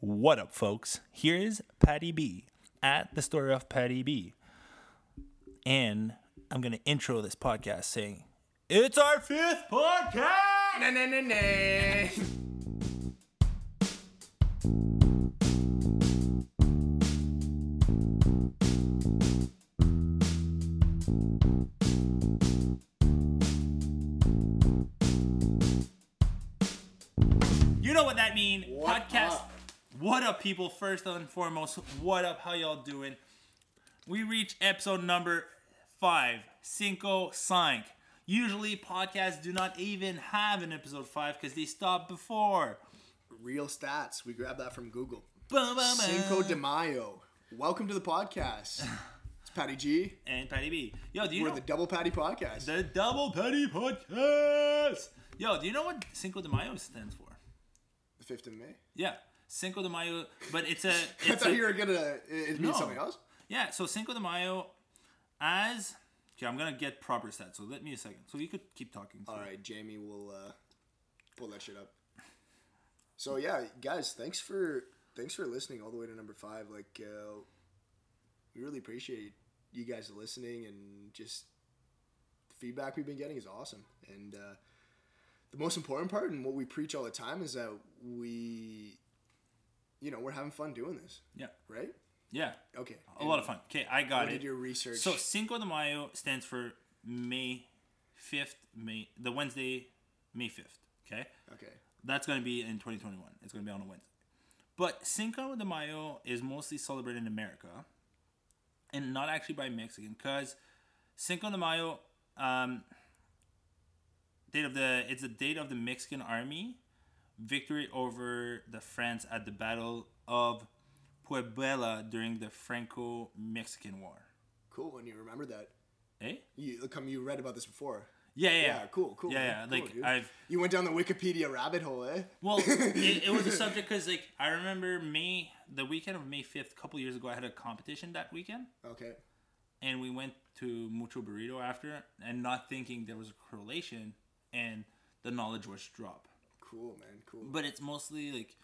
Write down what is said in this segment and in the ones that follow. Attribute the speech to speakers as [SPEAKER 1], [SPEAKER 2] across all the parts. [SPEAKER 1] What up, folks? Here is Patty B at the story of Patty B. And I'm going to intro this podcast saying, It's our fifth podcast!
[SPEAKER 2] Na, na, na, na.
[SPEAKER 1] You know what that means.
[SPEAKER 2] What
[SPEAKER 1] podcast.
[SPEAKER 2] up?
[SPEAKER 1] What up, people? First and foremost, what up? How y'all doing? We reach episode number five, Cinco Cinq. Usually, podcasts do not even have an episode five because they stop before.
[SPEAKER 2] Real stats. We grabbed that from Google.
[SPEAKER 1] Bum, bum, bum.
[SPEAKER 2] Cinco de Mayo. Welcome to the podcast. It's Patty G.
[SPEAKER 1] and Patty B. Yo, do you
[SPEAKER 2] We're
[SPEAKER 1] know
[SPEAKER 2] the Double Patty Podcast.
[SPEAKER 1] the Double Patty Podcast? Yo, do you know what Cinco de Mayo stands for?
[SPEAKER 2] The fifth of May.
[SPEAKER 1] Yeah, Cinco de Mayo, but it's a.
[SPEAKER 2] I
[SPEAKER 1] It's
[SPEAKER 2] thought
[SPEAKER 1] a
[SPEAKER 2] you were gonna. It, it
[SPEAKER 1] No.
[SPEAKER 2] means something else.
[SPEAKER 1] Yeah, so Cinco de Mayo as okay, I'm gonna get proper stats, so let me a second. So you could keep talking.
[SPEAKER 2] All right, Jamie will uh, pull that shit up. So yeah, guys, thanks for thanks for listening all the way to number five. Like, uh, we really appreciate you guys listening and just the feedback we've been getting is awesome. And uh, the most important part and what we preach all the time is that we, you know, we're having fun doing this,
[SPEAKER 1] Yeah.
[SPEAKER 2] right?
[SPEAKER 1] Yeah.
[SPEAKER 2] Okay.
[SPEAKER 1] A lot of fun. Okay, Oh, I got
[SPEAKER 2] What
[SPEAKER 1] it.
[SPEAKER 2] did your research?
[SPEAKER 1] So Cinco de Mayo stands for May fifth, May the Wednesday, May fifth. Okay?
[SPEAKER 2] okay.
[SPEAKER 1] That's gonna be in twenty twenty one. It's gonna be on a Wednesday. But Cinco de Mayo is mostly celebrated in America and not actually by Mexican because Cinco de Mayo um, date of the it's the date of the Mexican army victory over the France at the Battle of Puebla during the Franco-Mexican War.
[SPEAKER 2] Cool. And you remember that?
[SPEAKER 1] Eh?
[SPEAKER 2] You come. You read about this before.
[SPEAKER 1] Yeah, yeah,
[SPEAKER 2] Yeah, cool, cool.
[SPEAKER 1] Yeah, yeah.
[SPEAKER 2] man, cool,
[SPEAKER 1] Like
[SPEAKER 2] dude.
[SPEAKER 1] I've
[SPEAKER 2] You went down the Wikipedia rabbit hole, eh?
[SPEAKER 1] well, it, it was a subject because like I remember May the weekend of May fifth, a couple years ago, I had a competition that weekend,
[SPEAKER 2] Okay.
[SPEAKER 1] and we went to Mucho Burrito after, and not thinking there was a correlation, and the knowledge was dropped.
[SPEAKER 2] Cool, man. Cool.
[SPEAKER 1] But it's mostly like,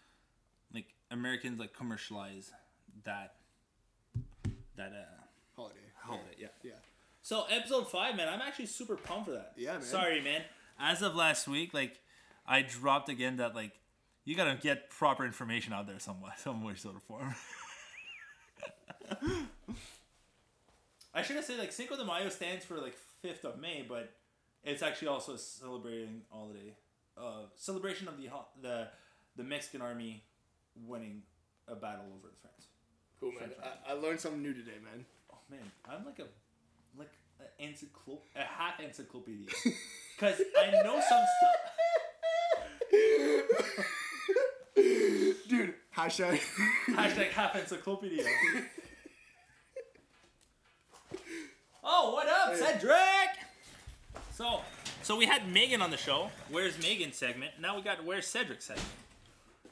[SPEAKER 1] like Americans like commercialize that that uh
[SPEAKER 2] Holiday.
[SPEAKER 1] holiday, yeah.
[SPEAKER 2] Yeah.
[SPEAKER 1] So episode five, man, I'm actually super pumped for that.
[SPEAKER 2] Yeah, man.
[SPEAKER 1] Sorry, man. As of last week, like I dropped again that like you gotta get proper information out there somewhere, somewhere sort of form. I should have said like Cinco de Mayo stands for like fifth of May, but it's actually also celebrating holiday, uh, celebration of the ho- the the Mexican army winning a battle over the France.
[SPEAKER 2] Cool, man. I, I learned something new today, man.
[SPEAKER 1] Oh man, I'm like a like an encyclo- a half encyclopedia because I know some stuff.
[SPEAKER 2] Dude, hashtag.
[SPEAKER 1] Hashtag half encyclopedia. oh, what up, Cedric? So, so we had Megan on the show. Where's Megan segment? Now we got where's Cedric segment.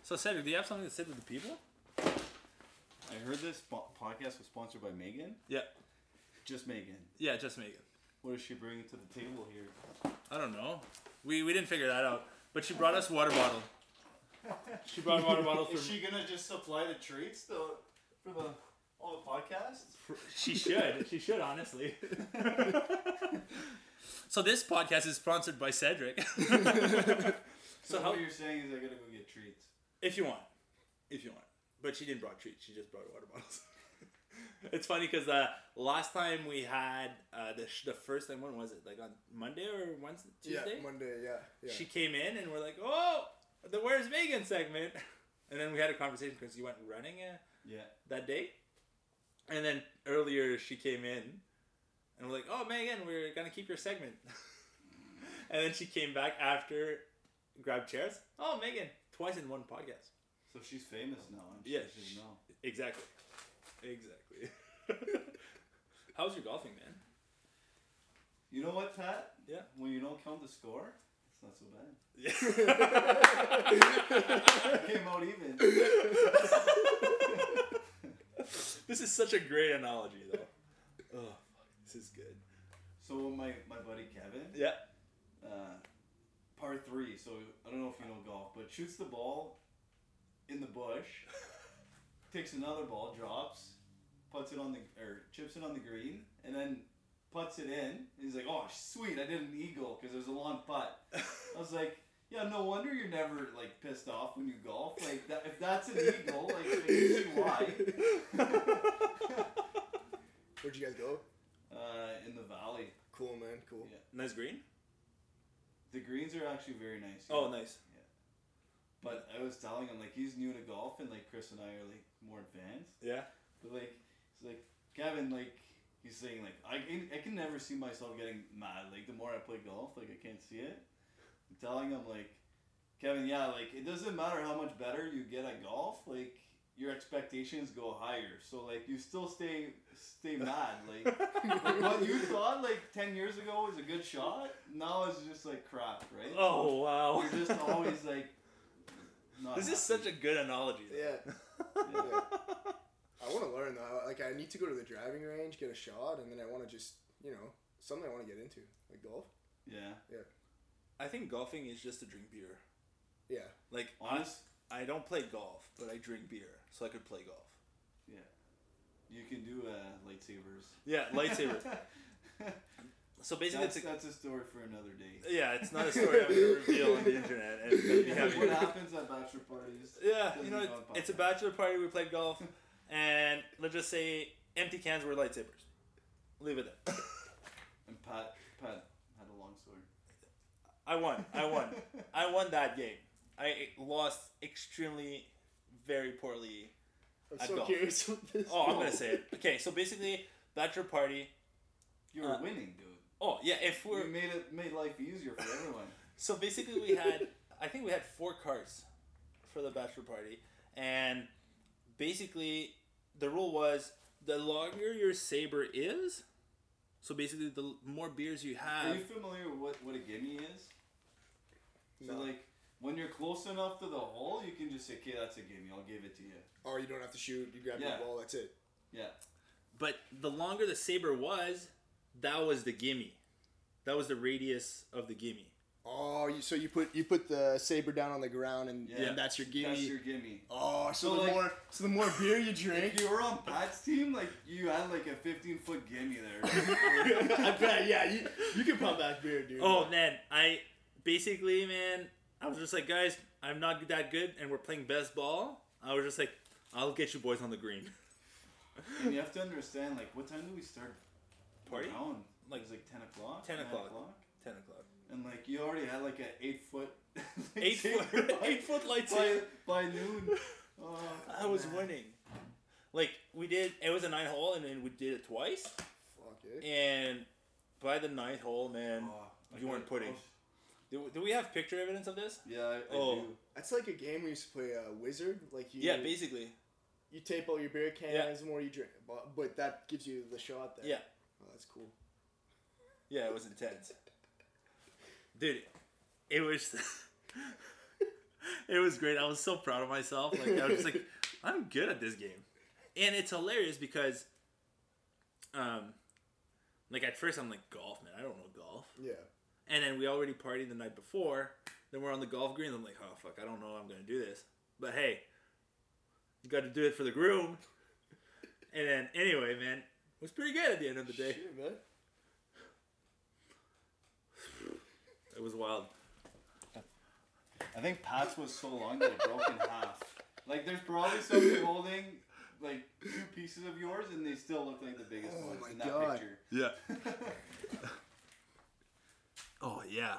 [SPEAKER 1] So Cedric, do you have something to say to the people?
[SPEAKER 3] I heard this po- podcast was sponsored by Megan.
[SPEAKER 1] Yeah,
[SPEAKER 3] Just Megan.
[SPEAKER 1] yeah, just Megan.
[SPEAKER 3] What is she bringing to the table here?
[SPEAKER 1] I don't know. We we didn't figure that out, but she brought us water bottle. She brought water bottle for.
[SPEAKER 3] Is she gonna just supply the treats to, for the all the podcasts?
[SPEAKER 1] She should. She should, honestly. so this podcast is sponsored by Cedric.
[SPEAKER 3] So,
[SPEAKER 1] So how-
[SPEAKER 3] what you're saying is I gotta go get treats.
[SPEAKER 1] if you want. If you want. But she didn't brought treats. She just brought water bottles. it's funny because uh, last time we had uh, the, sh- the first time, when was it? Like on Monday or Wednesday?
[SPEAKER 2] yeah,
[SPEAKER 1] Tuesday?
[SPEAKER 2] Monday. Yeah. Yeah.
[SPEAKER 1] She came in and we're like, oh, the Where's Megan segment. And then we had a conversation because you went running uh,
[SPEAKER 3] Yeah.
[SPEAKER 1] that day. And then earlier she came in and we're like, oh, Megan, we're going to keep your segment. and then she came back after, grabbed chairs. Oh, Megan, twice in one podcast.
[SPEAKER 3] So she's famous now. And she
[SPEAKER 1] Yeah,
[SPEAKER 3] should
[SPEAKER 1] she-
[SPEAKER 3] know.
[SPEAKER 1] Exactly. Exactly. How's your golfing, man?
[SPEAKER 3] You know what, Pat?
[SPEAKER 1] Yeah.
[SPEAKER 3] When you don't count the score, it's not so bad. Came out even.
[SPEAKER 1] this is such a great analogy, though. Oh, fuck, this is good.
[SPEAKER 3] So my my buddy Kevin.
[SPEAKER 1] Yeah.
[SPEAKER 3] uh, par three. So I don't know if you know golf, but shoots the ball in the bush, takes another ball, drops, puts it on the or chips it on the green, and then puts it in. And he's like, "Oh, sweet! I did an eagle because it was a long putt." I was like, "Yeah, no wonder you're never like pissed off when you golf. Like that, if that's an eagle, like I can see why."
[SPEAKER 2] Where'd you guys go?
[SPEAKER 3] Uh, in the valley,
[SPEAKER 2] Cool, man. Cool.
[SPEAKER 3] Yeah.
[SPEAKER 1] Nice green.
[SPEAKER 3] the greens are actually very nice.
[SPEAKER 1] Oh, nice.
[SPEAKER 3] But I was telling him like he's new to golf, and like Chris and I are like more advanced.
[SPEAKER 1] Yeah.
[SPEAKER 3] But like, he's like Kevin, like he's saying like I can, I can never see myself getting mad. Like the more I play golf, like I can't see it. I'm telling him like, Kevin, yeah, like it doesn't matter how much better you get at golf, like your expectations go higher. So like you still stay stay mad. Like, like what you thought like ten years ago was a good shot, now it's just like crap, right?
[SPEAKER 1] Oh wow.
[SPEAKER 3] you're just always like. Not
[SPEAKER 1] this is
[SPEAKER 3] happy.
[SPEAKER 1] such a good analogy. though.
[SPEAKER 2] Yeah.
[SPEAKER 3] Yeah.
[SPEAKER 2] I want to learn though. Like I need to go to the driving range, get a shot, and then I want to just you know something I want to get into, like golf.
[SPEAKER 3] yeah.
[SPEAKER 1] I think golfing is just to drink beer.
[SPEAKER 2] Yeah.
[SPEAKER 1] Like
[SPEAKER 3] Honest,
[SPEAKER 1] I don't play golf, but I drink beer, so I could play golf.
[SPEAKER 3] you can do uh, lightsabers.
[SPEAKER 1] Yeah, lightsaber. so basically,
[SPEAKER 3] that's,
[SPEAKER 1] it's a,
[SPEAKER 3] that's a story for another day.
[SPEAKER 1] yeah, it's not a story I'm gonna reveal on the internet, and it's gonna be
[SPEAKER 2] Yeah,
[SPEAKER 3] what
[SPEAKER 1] having.
[SPEAKER 3] happens at bachelor parties?
[SPEAKER 1] Yeah, you know,
[SPEAKER 3] Doesn't go
[SPEAKER 1] it's,
[SPEAKER 3] on
[SPEAKER 1] it's a
[SPEAKER 3] podcast.
[SPEAKER 1] bachelor party. We played golf, and let's just say empty cans were lightsabers. Leave it there.
[SPEAKER 3] And Pat, Pat had a long story.
[SPEAKER 1] I won. I won. I won that game. I lost extremely, very poorly.
[SPEAKER 2] I'm
[SPEAKER 1] At
[SPEAKER 2] so
[SPEAKER 1] golf.
[SPEAKER 2] curious what this.
[SPEAKER 1] Oh, I'm gonna say it. Okay, so basically, bachelor party.
[SPEAKER 3] you were
[SPEAKER 1] Uh,
[SPEAKER 3] winning, dude.
[SPEAKER 1] Oh yeah, if
[SPEAKER 3] You
[SPEAKER 1] we're
[SPEAKER 3] made it made life easier for everyone.
[SPEAKER 1] So basically, we had I think we had four carts for the bachelor party, and basically the rule was the longer your saber is, so basically the l- more beers you
[SPEAKER 3] Are
[SPEAKER 1] have.
[SPEAKER 3] you familiar with what, what a gimme is? So
[SPEAKER 2] No.
[SPEAKER 3] like when you're close enough to the hole, you can just say, "Okay, that's a gimme. I'll give it to you."
[SPEAKER 2] Oh, you don't have to shoot. You grab
[SPEAKER 3] Yeah.
[SPEAKER 2] the ball. That's it.
[SPEAKER 3] Yeah.
[SPEAKER 1] But the longer the saber was, that was the gimme. That was the radius of the gimme.
[SPEAKER 2] Oh, you, so you put you put the saber down on the ground, and,
[SPEAKER 3] Yeah.
[SPEAKER 2] and that's your gimme.
[SPEAKER 3] That's your gimme.
[SPEAKER 2] oh, so,
[SPEAKER 3] So,
[SPEAKER 2] the
[SPEAKER 3] like-
[SPEAKER 2] more so the more beer you
[SPEAKER 3] If
[SPEAKER 2] drink.
[SPEAKER 3] you were on Pat's team, like you had like a 15 foot gimme there.
[SPEAKER 2] I bet. Yeah, you you can pump back beer, dude.
[SPEAKER 1] Oh man, I basically man, I was just like guys, I'm not that good, and we're playing best ball. I was just like, I'll get you boys on the green.
[SPEAKER 3] and you have to understand, like, what time do we start
[SPEAKER 1] Party?
[SPEAKER 3] Down?
[SPEAKER 1] Like-
[SPEAKER 3] Like, it was like 10 o'clock?
[SPEAKER 1] 10
[SPEAKER 3] 9
[SPEAKER 1] o'clock. Ten o'clock.
[SPEAKER 3] And, like, you already had, like, an 8 foot.
[SPEAKER 1] Eight foot- eight foot
[SPEAKER 3] By,
[SPEAKER 1] lightsaber.
[SPEAKER 3] by noon. Oh,
[SPEAKER 1] I was
[SPEAKER 3] man.
[SPEAKER 1] winning. Like we did, it was a nine hole, and then we did it twice.
[SPEAKER 2] Fuck it.
[SPEAKER 1] And by the ninth hole, man,
[SPEAKER 3] Oh, I
[SPEAKER 1] You weren't
[SPEAKER 3] got-
[SPEAKER 1] putting. do, do we have picture evidence of this?
[SPEAKER 3] Yeah, I, I
[SPEAKER 1] Oh.
[SPEAKER 3] do.
[SPEAKER 2] That's like a game we used to play, uh, Wizard. Like you,
[SPEAKER 1] Yeah, basically.
[SPEAKER 2] you tape all your beer cans,
[SPEAKER 1] Yeah.
[SPEAKER 2] the more you drink, but, but that gives you the shot. There.
[SPEAKER 1] Yeah,
[SPEAKER 2] Oh, that's cool.
[SPEAKER 1] yeah, it was intense, dude. It was, it was great. I was so proud of myself. Like I was just like, I'm good at this game, and it's hilarious because, um, like at first I'm like golf, man. I don't know golf.
[SPEAKER 2] Yeah.
[SPEAKER 1] And then we already partied the night before. Then we're on the golf green. I'm like, oh fuck, I don't know how I'm gonna do this. But hey, you got to do it for the groom. And then anyway, man, it was pretty good at the end of the day.
[SPEAKER 2] Shit, man.
[SPEAKER 1] It was wild.
[SPEAKER 3] I think Pat's was so long that it broke in half. Like, there's probably something holding, like, two pieces of yours, and they still look like the biggest
[SPEAKER 2] Oh
[SPEAKER 3] ones
[SPEAKER 2] my
[SPEAKER 3] in that
[SPEAKER 2] God.
[SPEAKER 3] picture.
[SPEAKER 1] Yeah. oh yeah.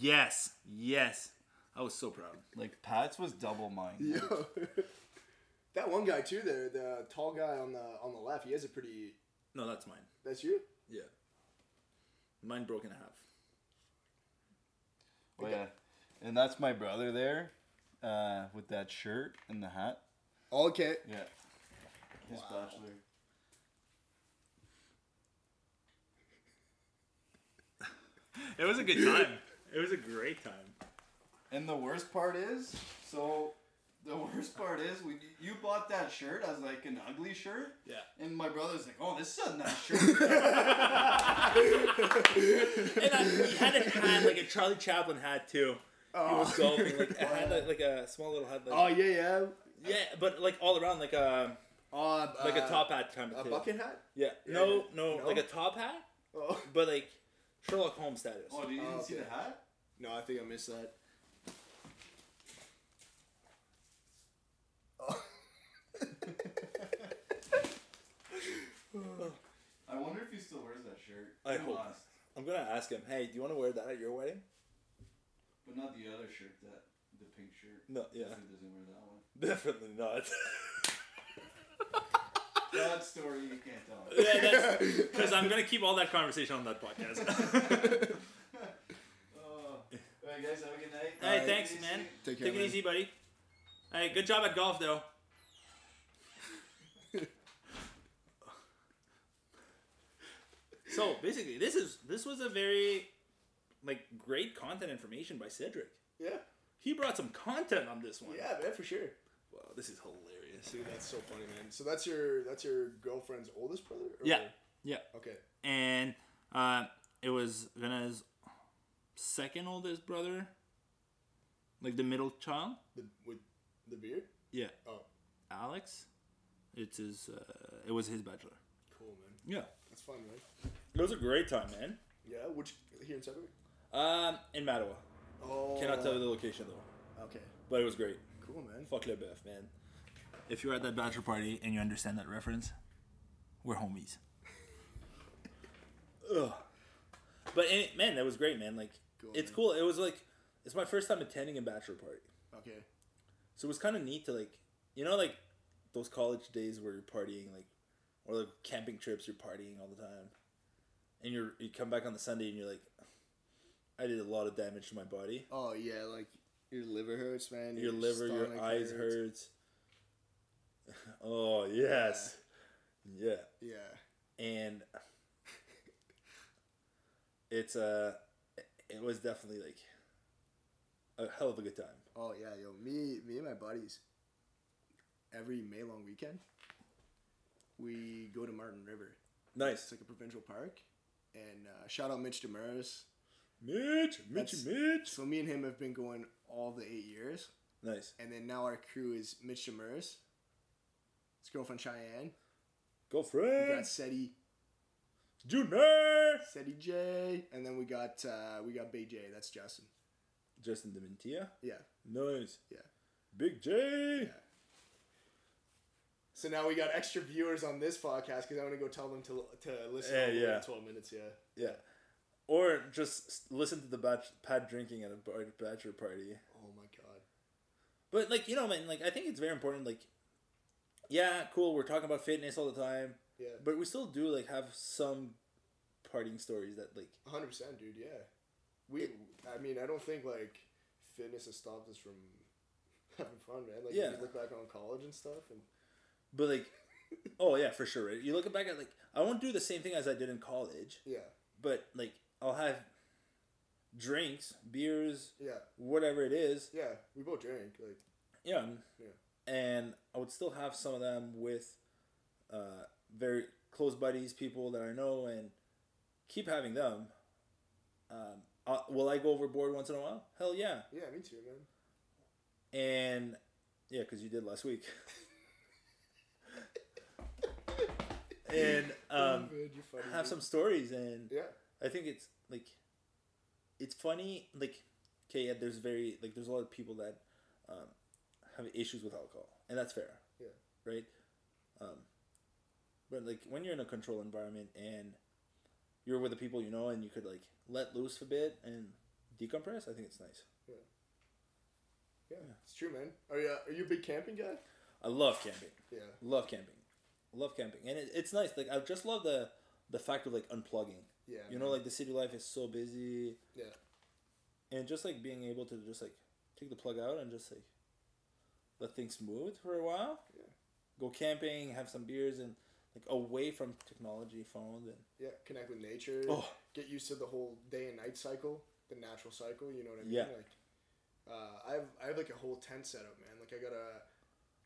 [SPEAKER 1] Yes. Yes. I was so proud.
[SPEAKER 3] Like, Pat's was double mine.
[SPEAKER 2] Yo. that one guy too, there, the tall guy on the on the left. He has a pretty.
[SPEAKER 1] No, that's mine.
[SPEAKER 2] That's you.
[SPEAKER 1] Yeah. Mine broke in half.
[SPEAKER 3] Oh yeah, and that's my brother there, uh, with that shirt and the hat.
[SPEAKER 2] Oh, okay.
[SPEAKER 3] Yeah. His bachelor.
[SPEAKER 1] It was a good time. It was a great time.
[SPEAKER 3] And the worst part is, so the worst part is, we you bought that shirt as like an ugly shirt,
[SPEAKER 1] Yeah.
[SPEAKER 3] and my brother's like, "Oh, this is a nice shirt."
[SPEAKER 1] And I, he had a hat, like a Charlie Chaplin hat too. He was
[SPEAKER 2] Oh.
[SPEAKER 1] golfing, like a hat, like, like a small little hat. Like,
[SPEAKER 2] oh yeah, yeah.
[SPEAKER 1] yeah, but like all around, like a
[SPEAKER 2] Uh,
[SPEAKER 1] like
[SPEAKER 2] uh,
[SPEAKER 1] a top hat kind of
[SPEAKER 2] A
[SPEAKER 1] thing.
[SPEAKER 2] bucket hat?
[SPEAKER 1] Yeah.
[SPEAKER 2] Yeah.
[SPEAKER 1] No, no,
[SPEAKER 2] No?
[SPEAKER 1] like a top hat,
[SPEAKER 2] Oh.
[SPEAKER 1] but like Sherlock Holmes status.
[SPEAKER 3] Oh, dude, you didn't
[SPEAKER 2] Oh,
[SPEAKER 3] see the
[SPEAKER 2] okay.
[SPEAKER 3] hat?
[SPEAKER 2] No, I think I missed that. Oh.
[SPEAKER 3] I wonder if he still wears that shirt.
[SPEAKER 1] I
[SPEAKER 3] He
[SPEAKER 1] hope-
[SPEAKER 3] Lost,
[SPEAKER 1] I'm gonna ask him. Hey, do you want to wear that at your wedding?
[SPEAKER 3] but not the other shirt, that the pink shirt.
[SPEAKER 1] No. Yeah.
[SPEAKER 3] He doesn't wear that one.
[SPEAKER 1] Definitely not.
[SPEAKER 3] That story you can't tell.
[SPEAKER 1] yeah, that's
[SPEAKER 4] Because I'm gonna keep all that conversation on that podcast.
[SPEAKER 3] Oh. Alright, guys, have a good night.
[SPEAKER 1] Hey,
[SPEAKER 2] Alright.
[SPEAKER 1] thanks, man.
[SPEAKER 2] Take care,
[SPEAKER 1] Take it
[SPEAKER 2] man.
[SPEAKER 1] easy, buddy. Hey, good job at golf, though. so basically, this is this was a very like great content information by Cedric.
[SPEAKER 2] yeah,
[SPEAKER 1] He brought some content on this one.
[SPEAKER 2] yeah, man, for sure.
[SPEAKER 1] Wow, this is hilarious.
[SPEAKER 2] Dude, that's so funny, man. So that's your that's your girlfriend's oldest brother? Or-
[SPEAKER 4] Yeah. Yeah.
[SPEAKER 2] Okay.
[SPEAKER 4] and uh, it was Vena's second oldest brother, like the middle child.
[SPEAKER 2] The with the beard?
[SPEAKER 4] Yeah.
[SPEAKER 2] Oh,
[SPEAKER 4] Alex, it's his. Uh, it was his bachelor.
[SPEAKER 2] cool, man.
[SPEAKER 4] Yeah.
[SPEAKER 2] That's fun, man.
[SPEAKER 1] It was a great time, man.
[SPEAKER 2] Yeah, which here in Sudbury?
[SPEAKER 1] Um, in Mattawa.
[SPEAKER 2] Oh.
[SPEAKER 1] Cannot tell you the location though,
[SPEAKER 2] Okay.
[SPEAKER 1] but it was great.
[SPEAKER 2] Cool, man.
[SPEAKER 1] Fuck Lebeuf, man.
[SPEAKER 4] If you're at that bachelor party and you understand that reference, we're homies.
[SPEAKER 1] Ugh. But it, man, that was great, man. Like,
[SPEAKER 2] Cool,
[SPEAKER 1] it's
[SPEAKER 2] man.
[SPEAKER 1] cool. It was like, it's my first time attending a bachelor party,
[SPEAKER 2] Okay.
[SPEAKER 1] so it was kind of neat to like, you know, like those college days where you're partying, like, or like camping trips, you're partying all the time, and you're you come back on the Sunday and you're like, I did a lot of damage to my body.
[SPEAKER 2] Oh yeah, like your liver hurts, man.
[SPEAKER 1] Your liver, your
[SPEAKER 2] stomach
[SPEAKER 1] eyes
[SPEAKER 2] hurts.
[SPEAKER 1] hurts. oh yes, yeah.
[SPEAKER 2] Yeah.
[SPEAKER 1] and it's uh it was definitely like a hell of a good time
[SPEAKER 2] Oh yeah, yo, me, me and my buddies. Every May long weekend, we go to Martin River. It's
[SPEAKER 1] nice
[SPEAKER 2] like a provincial park, and uh, shout out Mitch Damaris.
[SPEAKER 1] mitch mitch
[SPEAKER 2] That's-
[SPEAKER 1] mitch
[SPEAKER 2] So me and him have been going all the eight years,
[SPEAKER 1] nice
[SPEAKER 2] and then now our crew is Mitch Damaris, his girlfriend Cheyenne,
[SPEAKER 1] go
[SPEAKER 2] we got
[SPEAKER 1] friends
[SPEAKER 2] Seti,
[SPEAKER 1] junior
[SPEAKER 2] Seti J, and then we got uh, we got Bay J. That's Justin.
[SPEAKER 1] justin dementia
[SPEAKER 2] Yeah.
[SPEAKER 1] nice
[SPEAKER 2] Yeah.
[SPEAKER 1] big j
[SPEAKER 2] Yeah. So now we got extra viewers on this podcast because I'm gonna go tell them to to listen.
[SPEAKER 1] Yeah,
[SPEAKER 2] all the way
[SPEAKER 1] yeah.
[SPEAKER 2] to Twelve minutes. Yeah.
[SPEAKER 1] yeah, or just s- listen to the batch, pad drinking at a bar- bachelor party
[SPEAKER 2] Oh my god.
[SPEAKER 1] But like you know, man, like I think it's very important. Like, yeah, cool. We're talking about fitness all the time,
[SPEAKER 2] Yeah.
[SPEAKER 1] but we still do like have some partying stories that like
[SPEAKER 2] 100 percent, dude. Yeah. We. I mean, I don't think like fitness has stopped us from having fun, man. Like,
[SPEAKER 1] Yeah.
[SPEAKER 2] you look back on college and stuff, and
[SPEAKER 1] but like oh yeah for sure right you look back at like i won't do the same thing as i did in college
[SPEAKER 2] yeah,
[SPEAKER 1] but like i'll have drinks beers
[SPEAKER 2] yeah,
[SPEAKER 1] whatever it is
[SPEAKER 2] yeah. We both drank. Like,
[SPEAKER 1] yeah,
[SPEAKER 2] Yeah.
[SPEAKER 1] and i would still have some of them with uh very close buddies people that i know and keep having them um uh, will i go overboard once in a while hell yeah
[SPEAKER 2] yeah, me too, man.
[SPEAKER 1] and yeah, because you did last week. and um,
[SPEAKER 2] Oh, man, you're funny,
[SPEAKER 1] have
[SPEAKER 2] dude.
[SPEAKER 1] some stories, and
[SPEAKER 2] Yeah.
[SPEAKER 1] I think it's like it's funny. Like, okay, yeah, there's very like there's a lot of people that um, have issues with alcohol, and that's fair.
[SPEAKER 2] Yeah.
[SPEAKER 1] Right. Um, but like when you're in a controlled environment and you're with the people you know, and you could like let loose a bit and decompress, I think it's nice.
[SPEAKER 2] yeah, It's true, man. Are you are you a big camping guy?
[SPEAKER 1] I love camping.
[SPEAKER 2] Yeah.
[SPEAKER 1] love camping love camping and it, it's nice like i just love the the fact of like unplugging
[SPEAKER 2] Yeah.
[SPEAKER 1] you know like the city life is so busy
[SPEAKER 2] Yeah.
[SPEAKER 1] and just like being able to just like take the plug out and just like let things move for a while
[SPEAKER 2] Yeah.
[SPEAKER 1] go camping have some beers and like away from technology phones and
[SPEAKER 2] Yeah. Connect with nature.
[SPEAKER 1] oh
[SPEAKER 2] get used to the whole day and night cycle, the natural cycle. You know what I mean?
[SPEAKER 1] Yeah.
[SPEAKER 2] Like, uh, I have I have like a whole tent setup, man. Like I got a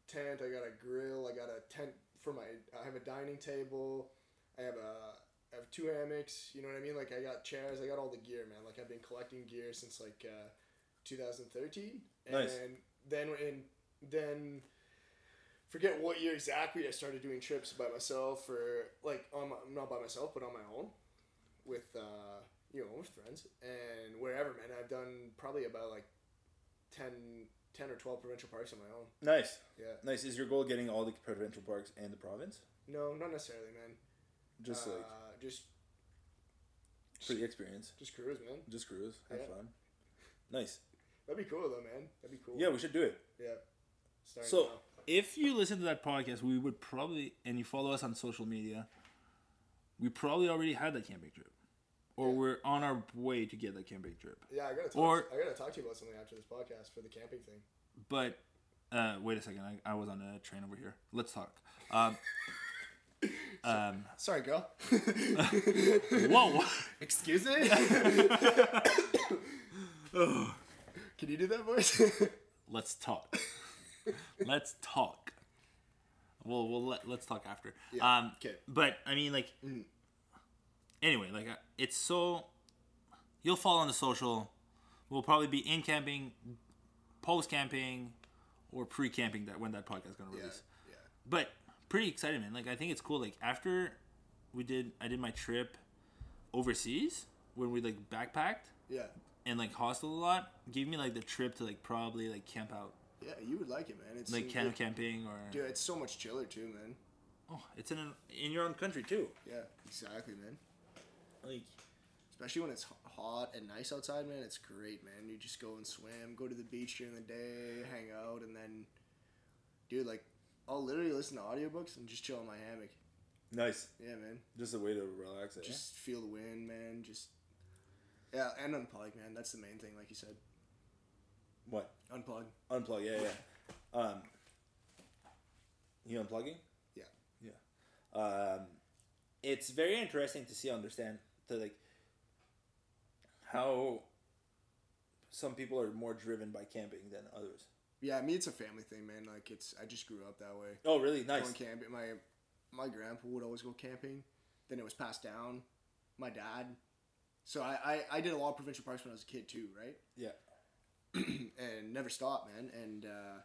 [SPEAKER 2] tent, I got a grill, I got a tent for my. I have a dining table. I have a I have two hammocks. You know what I mean? Like I got chairs. I got all the gear, man. Like I've been collecting gear since like uh, 2013, and
[SPEAKER 1] Nice.
[SPEAKER 2] then in then forget what year exactly I started doing trips by myself or like on my, not by myself but on my own with uh, you know with friends and wherever man I've done probably about like 10, 10 or 12 provincial parks on my own
[SPEAKER 5] Nice.
[SPEAKER 2] yeah
[SPEAKER 5] Nice. Is your goal getting all the provincial parks and the province?
[SPEAKER 2] no not necessarily man
[SPEAKER 5] Just
[SPEAKER 2] uh,
[SPEAKER 5] like
[SPEAKER 2] just
[SPEAKER 5] for the experience.
[SPEAKER 2] just cruise man
[SPEAKER 5] Just cruise. Have
[SPEAKER 2] Yeah.
[SPEAKER 5] fun. Nice.
[SPEAKER 2] that'd be cool though man that'd be cool
[SPEAKER 5] Yeah, we should do it.
[SPEAKER 2] yeah Starting
[SPEAKER 1] So
[SPEAKER 2] now.
[SPEAKER 1] if you listen to that podcast, we would probably and you follow us on social media, we probably already had that camping trip. Or
[SPEAKER 2] Yeah.
[SPEAKER 1] we're on our way to get that camping trip.
[SPEAKER 2] yeah I gotta talk
[SPEAKER 1] or-
[SPEAKER 2] I gotta talk to you about something after this podcast for the camping thing
[SPEAKER 1] But uh, wait a second, I, I was on a train over here. Let's talk. Um, um,
[SPEAKER 2] sorry girl
[SPEAKER 1] whoa!
[SPEAKER 2] excuse me can you do that voice
[SPEAKER 1] Let's talk. let's talk. Well, we'll let, let's talk after.
[SPEAKER 2] Yeah, Mm.
[SPEAKER 1] Um,
[SPEAKER 2] 'kay.
[SPEAKER 1] But I mean, like, anyway, like I- it's so. You'll follow on the social. We'll probably be in camping, post camping, or pre camping that when that podcast is gonna
[SPEAKER 2] yeah
[SPEAKER 1] release.
[SPEAKER 2] yeah
[SPEAKER 1] But pretty excited, man. Like I think it's cool. Like after we did, I did my trip overseas when we like backpacked
[SPEAKER 2] Yeah,
[SPEAKER 1] and like hostel a lot. Gave me like the trip to like probably like camp out,
[SPEAKER 2] yeah, you would like it, man. It's
[SPEAKER 1] like canoe camping or
[SPEAKER 2] Dude, it's so much chiller too, man.
[SPEAKER 1] oh, it's in an, in your own country too.
[SPEAKER 2] Yeah, exactly, man.
[SPEAKER 1] Like
[SPEAKER 2] Especially when it's h- hot and nice outside, man. It's great, man. You just go and swim, go to the beach during the day, hang out, and then, dude, like, I'll literally listen to audiobooks and just chill in my hammock.
[SPEAKER 5] Nice.
[SPEAKER 2] Yeah, man.
[SPEAKER 5] Just a way to relax. eh? It,
[SPEAKER 2] Just feel the wind, man. Just yeah, and unplug, man. That's the main thing, like you said.
[SPEAKER 5] What?
[SPEAKER 2] Unplug.
[SPEAKER 5] Unplug. Yeah, yeah. Um, you unplugging?
[SPEAKER 2] Yeah.
[SPEAKER 5] Yeah. Um, it's very interesting to see, understand to like how some people are more driven by camping than others.
[SPEAKER 2] Yeah, I mean it's a family thing, man. Like it's I just grew up that way.
[SPEAKER 5] Oh, really? Nice.
[SPEAKER 2] going camping. My my grandpa would always go camping. Then it was passed down. My dad. So I, I, I did a lot of provincial parks when I was a kid too, right?
[SPEAKER 5] Yeah.
[SPEAKER 2] And never stopped, man. And uh,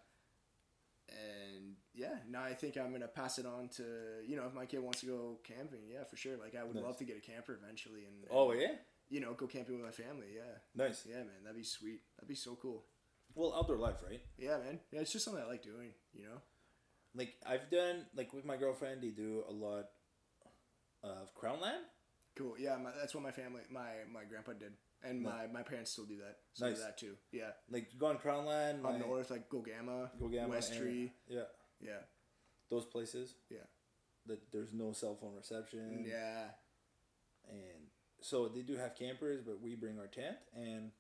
[SPEAKER 2] and yeah, now I think I'm gonna pass it on to you know if my kid wants to go camping, yeah, for sure. Like I would
[SPEAKER 5] Nice.
[SPEAKER 2] love to get a camper eventually, and,
[SPEAKER 5] Oh, yeah.
[SPEAKER 2] you know go camping with my family, yeah,
[SPEAKER 5] Nice.
[SPEAKER 2] yeah, man, that'd be sweet. That'd be so cool.
[SPEAKER 5] Well, outdoor life, right?
[SPEAKER 2] Yeah, man. Yeah, it's just something I like doing, you know.
[SPEAKER 5] Like I've done, like with my girlfriend, they do a lot of crown land.
[SPEAKER 2] Cool. Yeah, my, that's what my family, my my grandpa did, and my,
[SPEAKER 5] Nice.
[SPEAKER 2] my parents still do that. Still
[SPEAKER 5] Nice.
[SPEAKER 2] do that too. Yeah,
[SPEAKER 5] Like you go on crown land,
[SPEAKER 2] up
[SPEAKER 5] like,
[SPEAKER 2] north like Gogama,
[SPEAKER 5] go gamma,
[SPEAKER 2] West
[SPEAKER 5] and-
[SPEAKER 2] Tree.
[SPEAKER 5] Yeah.
[SPEAKER 2] Yeah,
[SPEAKER 5] those places.
[SPEAKER 2] Yeah. Mm,
[SPEAKER 5] That there's no cell phone reception.
[SPEAKER 2] yeah,
[SPEAKER 5] And so they do have campers, but we bring our tent and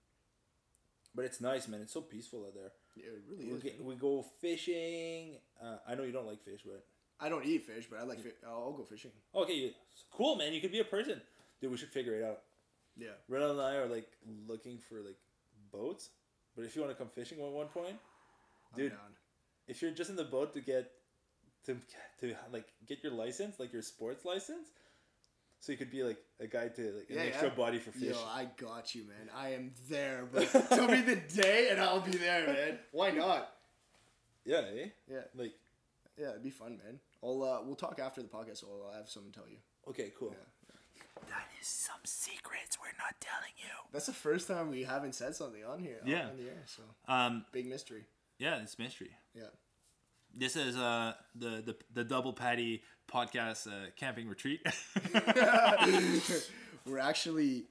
[SPEAKER 5] but it's nice, man. It's so peaceful out there.
[SPEAKER 2] yeah. It really
[SPEAKER 5] We,
[SPEAKER 2] is.
[SPEAKER 5] get,
[SPEAKER 2] man.
[SPEAKER 5] we go fishing. Uh, I know you don't like fish, but
[SPEAKER 2] I don't eat fish, but I like. Fi- I'll, I'll go fishing.
[SPEAKER 5] okay, you, cool, man. You could be a person, dude. We should figure it out.
[SPEAKER 2] Yeah,
[SPEAKER 5] Renal and I are like looking for like boats, but if you want to come fishing at one point, Dude.
[SPEAKER 2] I'm down.
[SPEAKER 5] if you're just in the boat to get to to like get your license, like your sports license, so you could be like a guy to like an
[SPEAKER 2] Yeah,
[SPEAKER 5] extra
[SPEAKER 2] yeah.
[SPEAKER 5] body for
[SPEAKER 2] Yo,
[SPEAKER 5] fish.
[SPEAKER 2] I got you, man. I am there, but tell me the day and I'll be there, man. Why not?
[SPEAKER 5] yeah, eh?
[SPEAKER 2] Yeah,
[SPEAKER 5] Like
[SPEAKER 2] yeah, it'd be fun, man. I'll uh, we'll talk after the podcast. So I'll have something to tell you.
[SPEAKER 5] okay, cool.
[SPEAKER 2] Yeah.
[SPEAKER 1] that is some secrets we're not telling you.
[SPEAKER 2] That's the first time we haven't said something on here.
[SPEAKER 1] Yeah.
[SPEAKER 2] on the air. So
[SPEAKER 1] Um,
[SPEAKER 2] big mystery.
[SPEAKER 1] yeah, it's mystery.
[SPEAKER 2] Yeah.
[SPEAKER 1] This is uh the the, the double patty podcast uh, camping retreat.
[SPEAKER 2] We're actually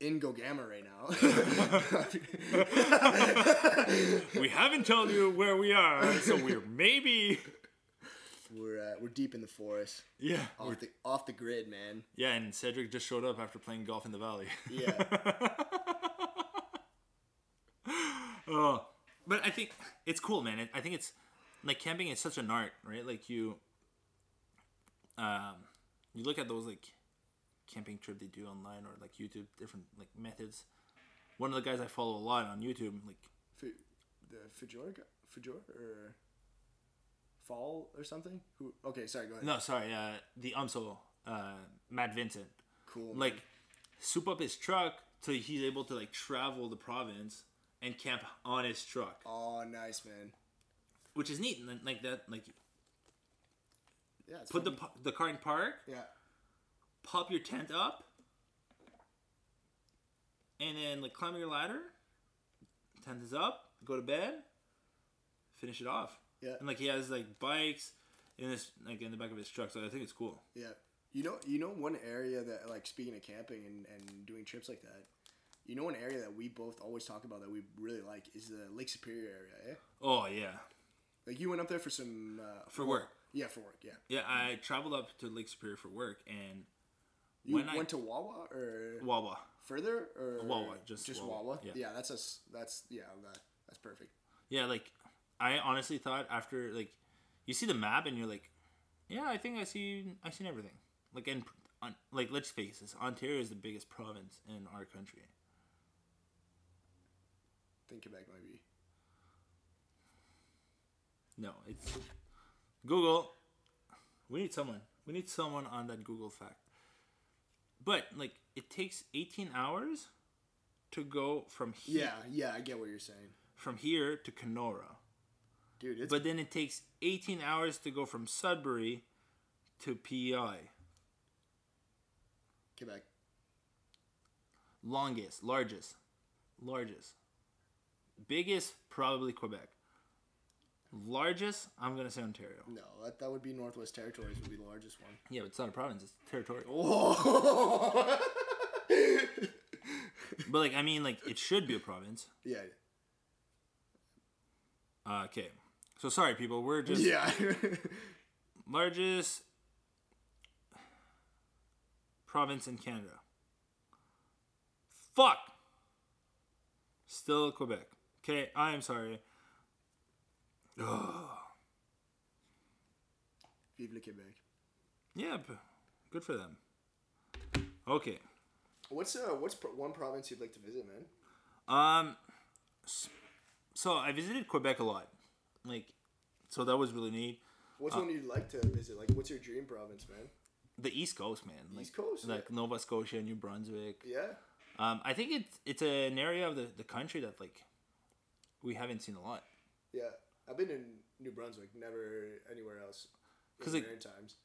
[SPEAKER 2] in Gogama right now.
[SPEAKER 1] we haven't told you where we are, so we're maybe
[SPEAKER 2] we're uh, we're deep in the forest,
[SPEAKER 1] yeah
[SPEAKER 2] off the off the grid, man.
[SPEAKER 1] yeah. And Cedric just showed up after playing golf in the valley.
[SPEAKER 2] Yeah,
[SPEAKER 1] Oh, but I think it's cool, man. It- I think it's like camping is such an art, right? Like you, um, you look at those like camping trip they do online or like YouTube different like methods. One of the guys I follow a lot on YouTube, like
[SPEAKER 2] F- the Fajor Fajor or Fall or something. Who? Okay, sorry. Go ahead.
[SPEAKER 1] no, sorry, uh, the UMSO, uh, Matt Vincent,
[SPEAKER 2] Cool. man.
[SPEAKER 1] like soup up his truck so he's able to like travel the province and camp on his truck,
[SPEAKER 2] oh, nice, man.
[SPEAKER 1] which is neat. And then, like that, like
[SPEAKER 2] Yeah, it's
[SPEAKER 1] put the
[SPEAKER 2] fucking-
[SPEAKER 1] pa- the car in park,
[SPEAKER 2] yeah.
[SPEAKER 1] pop your tent up, and then like climb your ladder. Tent is up. Go to bed. Finish it off.
[SPEAKER 2] Yeah.
[SPEAKER 1] And like he has like bikes in this like in the back of his truck, so I think it's cool.
[SPEAKER 2] Yeah. You know, you know one area that like speaking of camping and, and doing trips like that, you know one area that we both always talk about that we really like is the Lake Superior area. Eh?
[SPEAKER 1] Oh yeah,
[SPEAKER 2] Like you went up there for some uh,
[SPEAKER 1] for work.
[SPEAKER 2] Yeah, for work. Yeah.
[SPEAKER 1] Yeah, I traveled up to Lake Superior for work and
[SPEAKER 2] You
[SPEAKER 1] When I-
[SPEAKER 2] went to Wawa or
[SPEAKER 1] Wawa.
[SPEAKER 2] further or
[SPEAKER 1] Wawa, just
[SPEAKER 2] just
[SPEAKER 1] Wawa,
[SPEAKER 2] Wawa.
[SPEAKER 1] yeah.
[SPEAKER 2] Yeah. that's us. That's yeah. That, that's perfect.
[SPEAKER 1] Yeah, like I honestly thought after like you see the map and you're like, yeah, I think I see I seen everything. Like and on, like let's face this, Ontario is the biggest province in our country.
[SPEAKER 2] I think Quebec might be.
[SPEAKER 1] No, it's Google. We need someone. We need someone on that Google fact. But like it takes 18 hours to go from here
[SPEAKER 2] Yeah, yeah. I get what you're saying,
[SPEAKER 1] from here to Kenora.
[SPEAKER 2] dude. It's
[SPEAKER 1] But then it takes 18 hours to go from Sudbury to E PEI.
[SPEAKER 2] Quebec.
[SPEAKER 1] Longest, largest, largest. Biggest, probably Quebec. Largest, I'm going to say Ontario.
[SPEAKER 2] No, that, that would be Northwest Territories would be the largest one.
[SPEAKER 1] Yeah, but it's not a province, it's territorial.
[SPEAKER 2] Oh.
[SPEAKER 1] But, like, I mean, like, it should be a province.
[SPEAKER 2] yeah.
[SPEAKER 1] Uh, okay. So, sorry, people. We're just
[SPEAKER 2] Yeah.
[SPEAKER 1] largest province in Canada. Fuck! Still Quebec. Okay, I am sorry. Ugh.
[SPEAKER 2] Vive le Quebec.
[SPEAKER 1] Yeah, p- good for them. Okay.
[SPEAKER 2] What's uh what's pro- one province you'd like to visit, man?
[SPEAKER 1] Um, s- so I visited Quebec a lot, like, so that was really neat.
[SPEAKER 2] What's
[SPEAKER 1] Uh.
[SPEAKER 2] one you'd like to visit? Like, what's your dream province, man?
[SPEAKER 1] The East Coast, man. Like,
[SPEAKER 2] East Coast,
[SPEAKER 1] like Nova Scotia, New Brunswick.
[SPEAKER 2] Yeah.
[SPEAKER 1] Um, I think it's it's an area of the, the country that like we haven't seen a lot.
[SPEAKER 2] Yeah. I've been in New Brunswick, never anywhere else.
[SPEAKER 1] 'Cause,
[SPEAKER 2] Because
[SPEAKER 1] like-
[SPEAKER 2] times.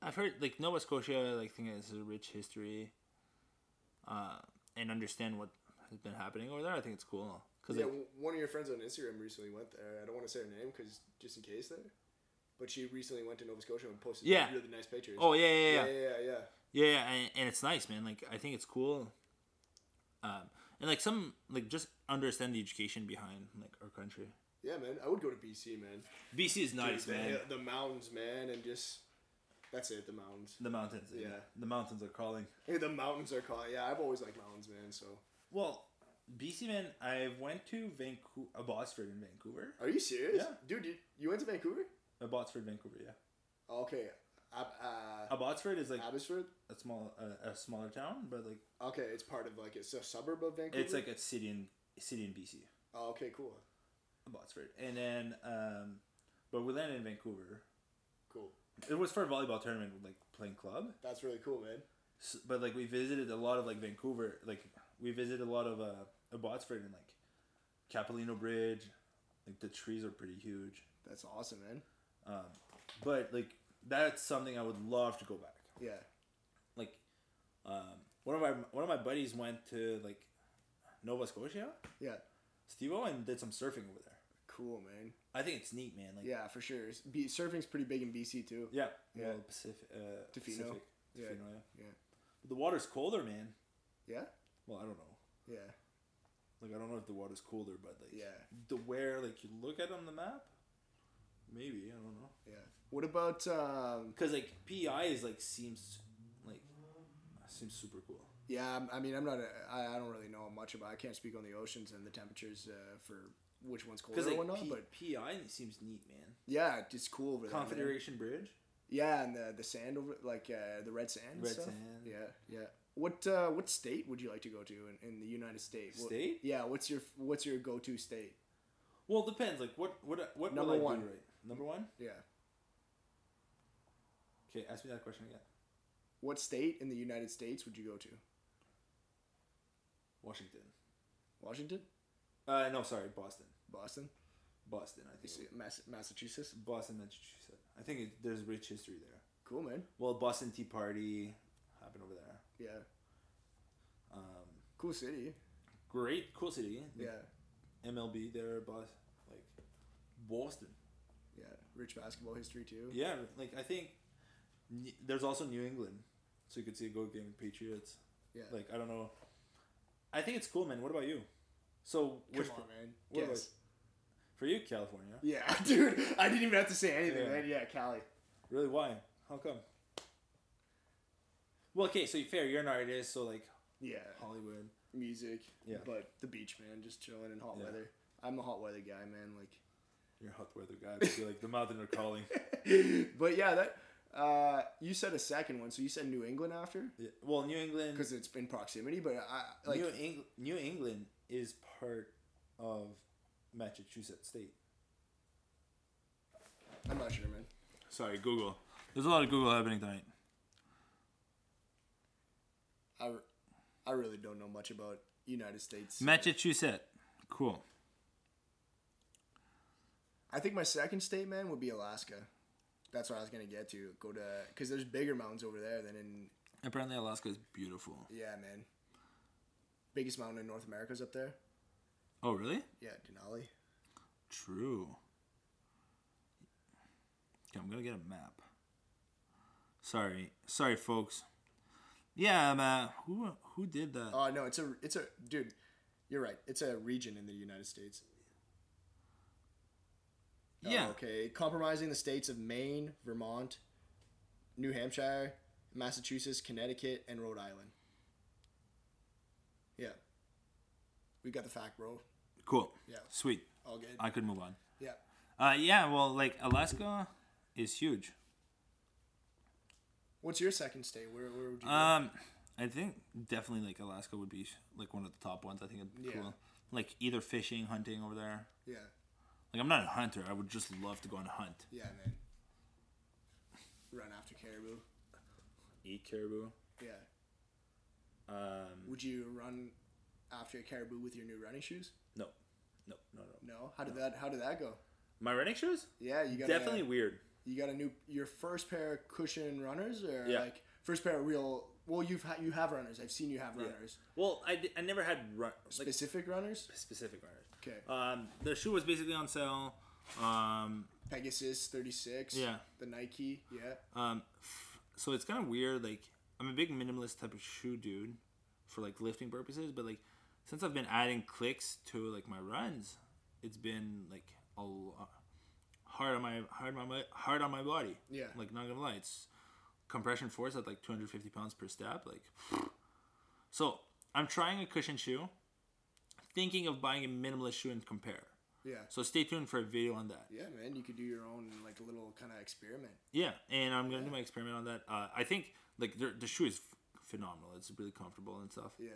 [SPEAKER 1] I've heard like Nova Scotia, like think has a rich history, uh, and understand what has been happening over there. I think it's cool because
[SPEAKER 2] Yeah,
[SPEAKER 1] like,
[SPEAKER 2] w- one of your friends on Instagram recently went there. I don't want to say her name because just in case there, but she recently went to Nova Scotia and posted some
[SPEAKER 1] Yeah.
[SPEAKER 2] really nice pictures.
[SPEAKER 1] oh yeah yeah yeah
[SPEAKER 2] yeah, yeah, yeah.
[SPEAKER 1] yeah, yeah and, and it's nice, man. Like I think it's cool, um, and like some like just understand the education behind like our country.
[SPEAKER 2] Yeah, man. I would go to BC, man.
[SPEAKER 1] BC is
[SPEAKER 2] Dude,
[SPEAKER 1] nice,
[SPEAKER 2] the,
[SPEAKER 1] man.
[SPEAKER 2] hill- The mountains, man, and just that's it. The mountains.
[SPEAKER 1] The mountains,
[SPEAKER 2] Yeah.
[SPEAKER 1] the mountains are calling.
[SPEAKER 2] Hey, the mountains are called. Yeah, I've always liked mountains, man. So,
[SPEAKER 1] Well, BC man, I went to Vancouver, uh, Botsford in Vancouver,
[SPEAKER 2] are you serious?
[SPEAKER 1] Yeah.
[SPEAKER 2] Dude, you, you went to Vancouver?
[SPEAKER 1] uh, Botsford, Vancouver, yeah.
[SPEAKER 2] Okay. Ab- uh,
[SPEAKER 1] Uh, Botsford is like
[SPEAKER 2] Abbotsford?
[SPEAKER 1] a small, uh, a smaller town, but like
[SPEAKER 2] Okay, it's part of like it's a suburb of Vancouver.
[SPEAKER 1] it's like a city in city in BC,
[SPEAKER 2] Oh, okay, cool,
[SPEAKER 1] Botsford, and then um, but we landed in Vancouver.
[SPEAKER 2] cool.
[SPEAKER 1] It was for a volleyball tournament, like playing club.
[SPEAKER 2] That's really cool, man.
[SPEAKER 1] S but like we visited a lot of like Vancouver, like we visited a lot of uh, of Botsford and like Capilino Bridge. Like the trees are pretty huge,
[SPEAKER 2] That's awesome, man.
[SPEAKER 1] um, but like that's something I would love to go back.
[SPEAKER 2] Yeah.
[SPEAKER 1] Like um, one of my one of my buddies went to like Nova Scotia,
[SPEAKER 2] Yeah.
[SPEAKER 1] Steve-O, and did some surfing over there.
[SPEAKER 2] Cool, man.
[SPEAKER 1] I think it's neat, man. Like
[SPEAKER 2] Yeah, for sure. S- B- surfing's pretty big in BC too.
[SPEAKER 1] Yeah.
[SPEAKER 2] Yeah.
[SPEAKER 1] Well, Pacific. Uh,
[SPEAKER 2] Tofino.
[SPEAKER 1] Pacific.
[SPEAKER 2] Yeah.
[SPEAKER 1] Tofino, yeah.
[SPEAKER 2] Yeah.
[SPEAKER 1] The water's colder, man.
[SPEAKER 2] Yeah.
[SPEAKER 1] Well, I don't know.
[SPEAKER 2] Yeah.
[SPEAKER 1] Like, I don't know if the water's colder, but like,
[SPEAKER 2] Yeah.
[SPEAKER 1] the where like you look at on the map, maybe I don't know.
[SPEAKER 2] Yeah. What about um?
[SPEAKER 1] Because like PI is like seems like seems super cool.
[SPEAKER 2] Yeah, I'm- I mean, I'm not. A, I, I don't really know much about. I can't speak on the oceans and the temperatures uh, for which one's colder
[SPEAKER 1] Because like
[SPEAKER 2] or whatnot.
[SPEAKER 1] P-
[SPEAKER 2] but
[SPEAKER 1] PI seems neat, man.
[SPEAKER 2] yeah, it's cool over there. man.
[SPEAKER 1] Confederation Bridge.
[SPEAKER 2] Yeah, and the the sand over like uh, the red sand. and
[SPEAKER 1] Red
[SPEAKER 2] stuff.
[SPEAKER 1] sand.
[SPEAKER 2] Yeah, yeah. What uh, what state would you like to go to in, in the United States? What-
[SPEAKER 1] State?
[SPEAKER 2] yeah. What's your what's your go to state?
[SPEAKER 1] Well, it depends. Like, what what what
[SPEAKER 2] Number
[SPEAKER 1] will I do
[SPEAKER 2] one.
[SPEAKER 1] right? Number one.
[SPEAKER 2] Yeah.
[SPEAKER 1] Okay, ask me that question again.
[SPEAKER 2] What state in the United States would you go to?
[SPEAKER 1] Washington.
[SPEAKER 2] Washington,
[SPEAKER 1] Uh, no, sorry, Boston.
[SPEAKER 2] Boston.
[SPEAKER 1] Boston, I think.
[SPEAKER 2] Is it Mass- Massachusetts.
[SPEAKER 1] Boston, Massachusetts. I think it, there's rich history there.
[SPEAKER 2] Cool, man.
[SPEAKER 1] Well, Boston Tea Party happened over there.
[SPEAKER 2] Yeah.
[SPEAKER 1] Um,
[SPEAKER 2] Cool city.
[SPEAKER 1] great, cool city. The
[SPEAKER 2] Yeah.
[SPEAKER 1] MLB there, Boston, like Boston.
[SPEAKER 2] Yeah. Rich basketball history too.
[SPEAKER 1] Yeah, like I think N- there's also New England, so you could see a go game with Patriots.
[SPEAKER 2] Yeah.
[SPEAKER 1] Like I don't know. I think it's cool, man. What about you? So
[SPEAKER 2] Come
[SPEAKER 1] which
[SPEAKER 2] on, man.
[SPEAKER 1] what
[SPEAKER 2] Guess.
[SPEAKER 1] for you, California?
[SPEAKER 2] Yeah, dude. I didn't even have to say anything,
[SPEAKER 1] Yeah.
[SPEAKER 2] man. Yeah, Cali.
[SPEAKER 1] Really, why? How come? Well, okay, so you fair. You're an artist, so like
[SPEAKER 2] Yeah.
[SPEAKER 1] Hollywood.
[SPEAKER 2] Music.
[SPEAKER 1] Yeah.
[SPEAKER 2] But the beach, man. Just chilling in hot
[SPEAKER 1] Yeah.
[SPEAKER 2] weather. I'm a hot weather guy, man. Like.
[SPEAKER 1] You're a hot weather guy. But you're like the mountain are calling.
[SPEAKER 2] but yeah, that uh, you said a second one, so you said New England after
[SPEAKER 1] Yeah. Well, New England.
[SPEAKER 2] because it's in proximity. But I like
[SPEAKER 1] Mm. New, Eng- New England is part of Massachusetts State.
[SPEAKER 2] I'm not sure, man.
[SPEAKER 1] Sorry, Google. There's a lot of Google happening tonight.
[SPEAKER 2] I, re- I really don't know much about United States.
[SPEAKER 1] Massachusetts. Cool.
[SPEAKER 2] I think my second state, man, would be Alaska. That's what I was gonna get to. Go to because there's bigger mountains over there than in
[SPEAKER 1] Apparently, Alaska is beautiful.
[SPEAKER 2] yeah, man. Biggest mountain in North America is up there.
[SPEAKER 1] Oh, really?
[SPEAKER 2] Yeah, Denali.
[SPEAKER 1] True. Okay, I'm gonna get a map. Sorry, sorry, folks. Yeah, um, uh, who who did that?
[SPEAKER 2] Oh no, it's a it's a dude. You're right. It's a region in the United States. Oh,
[SPEAKER 1] yeah,
[SPEAKER 2] okay. Compromising the states of Maine, Vermont, New Hampshire, Massachusetts, Connecticut, and Rhode Island. Yeah. We got the fact, bro.
[SPEAKER 1] cool.
[SPEAKER 2] Yeah.
[SPEAKER 1] sweet.
[SPEAKER 2] All good.
[SPEAKER 1] I could move on.
[SPEAKER 2] yeah.
[SPEAKER 1] Uh, yeah, well, like Alaska is huge.
[SPEAKER 2] What's your second state? Where, where would you go?
[SPEAKER 1] Um, I think definitely like Alaska would be like one of the top ones. I think it'd be
[SPEAKER 2] Yeah.
[SPEAKER 1] cool. Like either fishing, hunting over there.
[SPEAKER 2] yeah.
[SPEAKER 1] Like I'm not a hunter. I would just love to go and hunt.
[SPEAKER 2] Yeah, man. Run after caribou.
[SPEAKER 1] Eat caribou.
[SPEAKER 2] Yeah.
[SPEAKER 1] Um,
[SPEAKER 2] Would you run after a caribou with your new running shoes?
[SPEAKER 1] no, no, no, no.
[SPEAKER 2] No. How did that How did that go?
[SPEAKER 1] My running shoes?
[SPEAKER 2] Yeah, you got
[SPEAKER 5] Definitely weird.
[SPEAKER 2] You got a new your first pair of cushion runners or
[SPEAKER 5] Yeah.
[SPEAKER 2] like first pair of real. Well, you've ha- you have runners. I've seen you have runners.
[SPEAKER 5] Well, I, di- I never had run, like
[SPEAKER 2] Specific runners.
[SPEAKER 5] specific runners.
[SPEAKER 2] Okay.
[SPEAKER 1] Um, the shoe was basically on sale. Um,
[SPEAKER 2] Pegasus thirty six.
[SPEAKER 1] Yeah.
[SPEAKER 2] The Nike. Yeah.
[SPEAKER 1] um, f- so it's kind of weird. Like I'm a big minimalist type of shoe dude, for like lifting purposes. But like since I've been adding clicks to like my runs, it's been like a lot hard on my hard on my hard on my body.
[SPEAKER 2] Yeah.
[SPEAKER 1] Like not gonna lie, it's compression force at like 250 pounds per step. Like, so I'm trying a cushion shoe, thinking of buying a minimalist shoe and compare.
[SPEAKER 2] Yeah.
[SPEAKER 1] So stay tuned for a video on that.
[SPEAKER 2] Yeah, man. You could do your own like little kind of experiment.
[SPEAKER 1] Yeah, and I'm gonna do my experiment on that. Uh, I think like the, the shoe is f- phenomenal. It's really comfortable and stuff.
[SPEAKER 2] Yeah.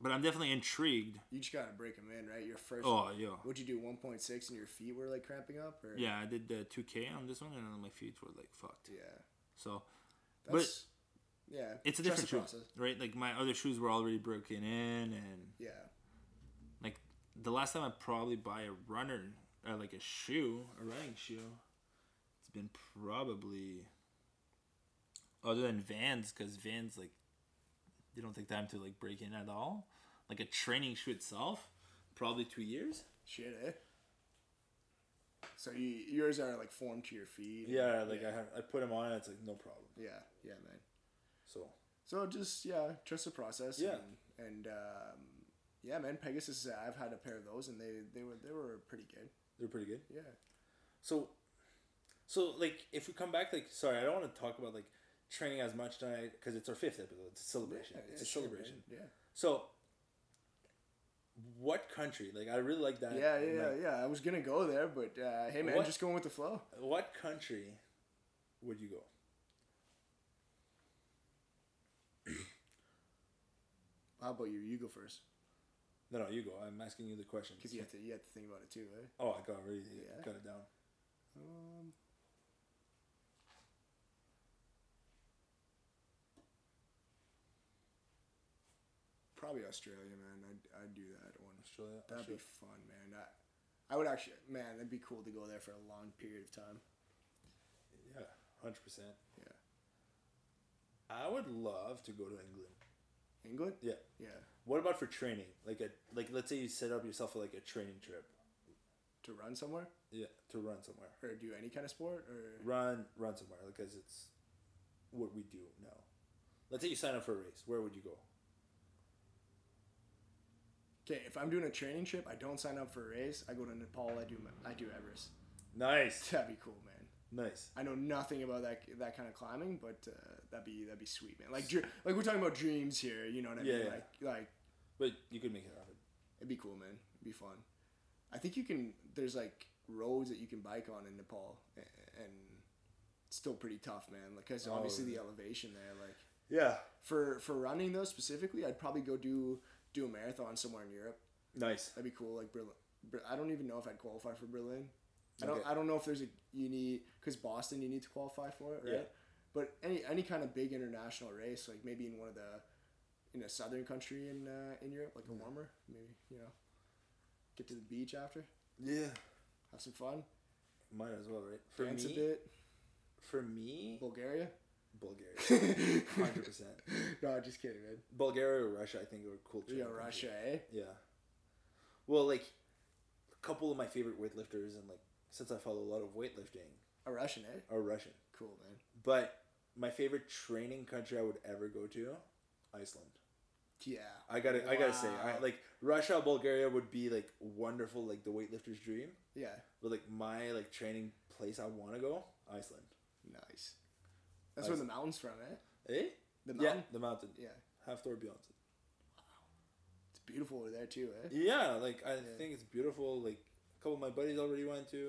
[SPEAKER 1] But I'm definitely intrigued.
[SPEAKER 2] You just gotta break them in, right? Your first.
[SPEAKER 1] Oh yeah,
[SPEAKER 2] What'd you do? One point six, and your feet were like cramping up. Or?
[SPEAKER 1] yeah. I did the 2K on this one, and then my feet were like fucked.
[SPEAKER 2] Yeah.
[SPEAKER 1] So,
[SPEAKER 2] That's. yeah.
[SPEAKER 1] but it's a different
[SPEAKER 2] trust the
[SPEAKER 1] shoe,
[SPEAKER 2] process.
[SPEAKER 1] right? Like my other shoes were already broken in, and
[SPEAKER 2] Yeah.
[SPEAKER 1] like the last time I probably buy a runner, uh, like a shoe, a running shoe, it's been probably other than Vans, because Vans like they don't take time to like break in at all. Like a training shoe itself, probably two years.
[SPEAKER 2] Shit, eh? So you, yours are like formed to your feet.
[SPEAKER 5] Yeah, like I have, I put them on and it's like no problem.
[SPEAKER 1] uh,
[SPEAKER 2] Yeah. Yeah, man.
[SPEAKER 5] So
[SPEAKER 2] So just yeah, trust the process.
[SPEAKER 5] Yeah.
[SPEAKER 2] And, and um, yeah, man, Pegasus. uh, I've had a pair of those, and they they were they were pretty good.
[SPEAKER 5] they're pretty good.
[SPEAKER 2] Yeah.
[SPEAKER 5] So, so like if we come back, like sorry, I don't want to talk about like training as much tonight because it's our fifth episode. It's a celebration.
[SPEAKER 2] Yeah,
[SPEAKER 5] it's
[SPEAKER 2] yeah,
[SPEAKER 5] a
[SPEAKER 2] sure, man.
[SPEAKER 5] celebration.
[SPEAKER 2] Yeah.
[SPEAKER 5] So, what country? Like I really like that.
[SPEAKER 2] Yeah, yeah,
[SPEAKER 5] Uh, Like,
[SPEAKER 2] yeah. I was gonna go there, but uh, hey, man,
[SPEAKER 5] What?
[SPEAKER 2] just going with the flow.
[SPEAKER 5] What country would you go?
[SPEAKER 2] How about you? You go first,
[SPEAKER 5] No, no, you go. I'm asking you the question.
[SPEAKER 2] because you have to you have to think about it too, right?
[SPEAKER 5] Oh, I got it. Really,
[SPEAKER 2] Yeah.
[SPEAKER 5] got it down.
[SPEAKER 2] Um, probably Australia, man. I'd I'd do that one.
[SPEAKER 5] Australia.
[SPEAKER 2] That'd
[SPEAKER 5] Australia.
[SPEAKER 2] be fun, man. I, I would actually, man, it'd be cool to go there for a long period of time.
[SPEAKER 5] Yeah, hundred percent.
[SPEAKER 2] Yeah.
[SPEAKER 5] I would love to go to England.
[SPEAKER 2] England?
[SPEAKER 5] Yeah.
[SPEAKER 2] Yeah.
[SPEAKER 5] What about for training? Like a like, let's say you set up yourself for like a training trip.
[SPEAKER 2] To run somewhere
[SPEAKER 5] Yeah, to run somewhere.
[SPEAKER 2] or do any kind of sport or
[SPEAKER 5] Run, run somewhere because it's what we do now. Let's say you sign up for a race. Where would you go?
[SPEAKER 2] okay. If I'm doing a training trip, I don't sign up for a race. I go to Nepal. I do I do Everest.
[SPEAKER 5] Nice,
[SPEAKER 2] That'd be cool, man.
[SPEAKER 5] nice.
[SPEAKER 2] I know nothing about that that kind of climbing, but uh, that'd be that'd be sweet, man. Like dr- like we're talking about dreams here. You know what I
[SPEAKER 5] Yeah,
[SPEAKER 2] mean?
[SPEAKER 5] yeah.
[SPEAKER 2] Like like
[SPEAKER 5] But you could make it happen.
[SPEAKER 2] it'd be cool, man. It'd be fun. I think you can. There's like roads that you can bike on in Nepal, a- and it's still pretty tough, man. Like because
[SPEAKER 5] Oh,
[SPEAKER 2] obviously the
[SPEAKER 5] yeah.
[SPEAKER 2] elevation there, like.
[SPEAKER 5] Yeah,
[SPEAKER 2] for for running though specifically, I'd probably go do do a marathon somewhere in Europe.
[SPEAKER 5] nice.
[SPEAKER 2] That'd be cool. Like Berlin, Ber- I don't even know if I'd qualify for Berlin. I don't
[SPEAKER 5] Okay.
[SPEAKER 2] I don't know if there's a you need because Boston you need to qualify for it, right?
[SPEAKER 5] Yeah.
[SPEAKER 2] But any any kind of big international race, like maybe in one of the in a southern country in uh, in Europe, like a warmer, maybe you know, get to the beach after,
[SPEAKER 5] Yeah,
[SPEAKER 2] have some fun,
[SPEAKER 5] might as well, right? For
[SPEAKER 2] dance a
[SPEAKER 5] me,
[SPEAKER 2] bit,
[SPEAKER 5] for me,
[SPEAKER 2] Bulgaria.
[SPEAKER 5] Bulgaria, hundred percent.
[SPEAKER 2] no, just kidding, man.
[SPEAKER 5] Bulgaria or Russia, I think, are cool.
[SPEAKER 2] Yeah,
[SPEAKER 5] training countries.
[SPEAKER 2] Russia, eh?
[SPEAKER 5] Yeah. Well, like a couple of my favorite weightlifters, and like since I follow a lot of weightlifting,
[SPEAKER 2] A Russian, eh?
[SPEAKER 5] are Russian.
[SPEAKER 2] Cool, man.
[SPEAKER 5] But my favorite training country I would ever go to, Iceland.
[SPEAKER 2] Yeah.
[SPEAKER 5] I gotta, I gotta say, I
[SPEAKER 2] Wow.
[SPEAKER 5] like Russia, Bulgaria would be like wonderful, like the weightlifter's dream.
[SPEAKER 2] Yeah.
[SPEAKER 5] But like my like training place I want to go, Iceland.
[SPEAKER 2] Nice. That's where the mountain's from, eh?
[SPEAKER 5] Eh?
[SPEAKER 2] The
[SPEAKER 5] Yeah,
[SPEAKER 2] mountain?
[SPEAKER 5] the mountain.
[SPEAKER 2] Yeah.
[SPEAKER 5] Half Thor Beyonce.
[SPEAKER 2] It's beautiful over there too, eh?
[SPEAKER 5] Yeah, like I think it's beautiful. Like a couple of my buddies already went to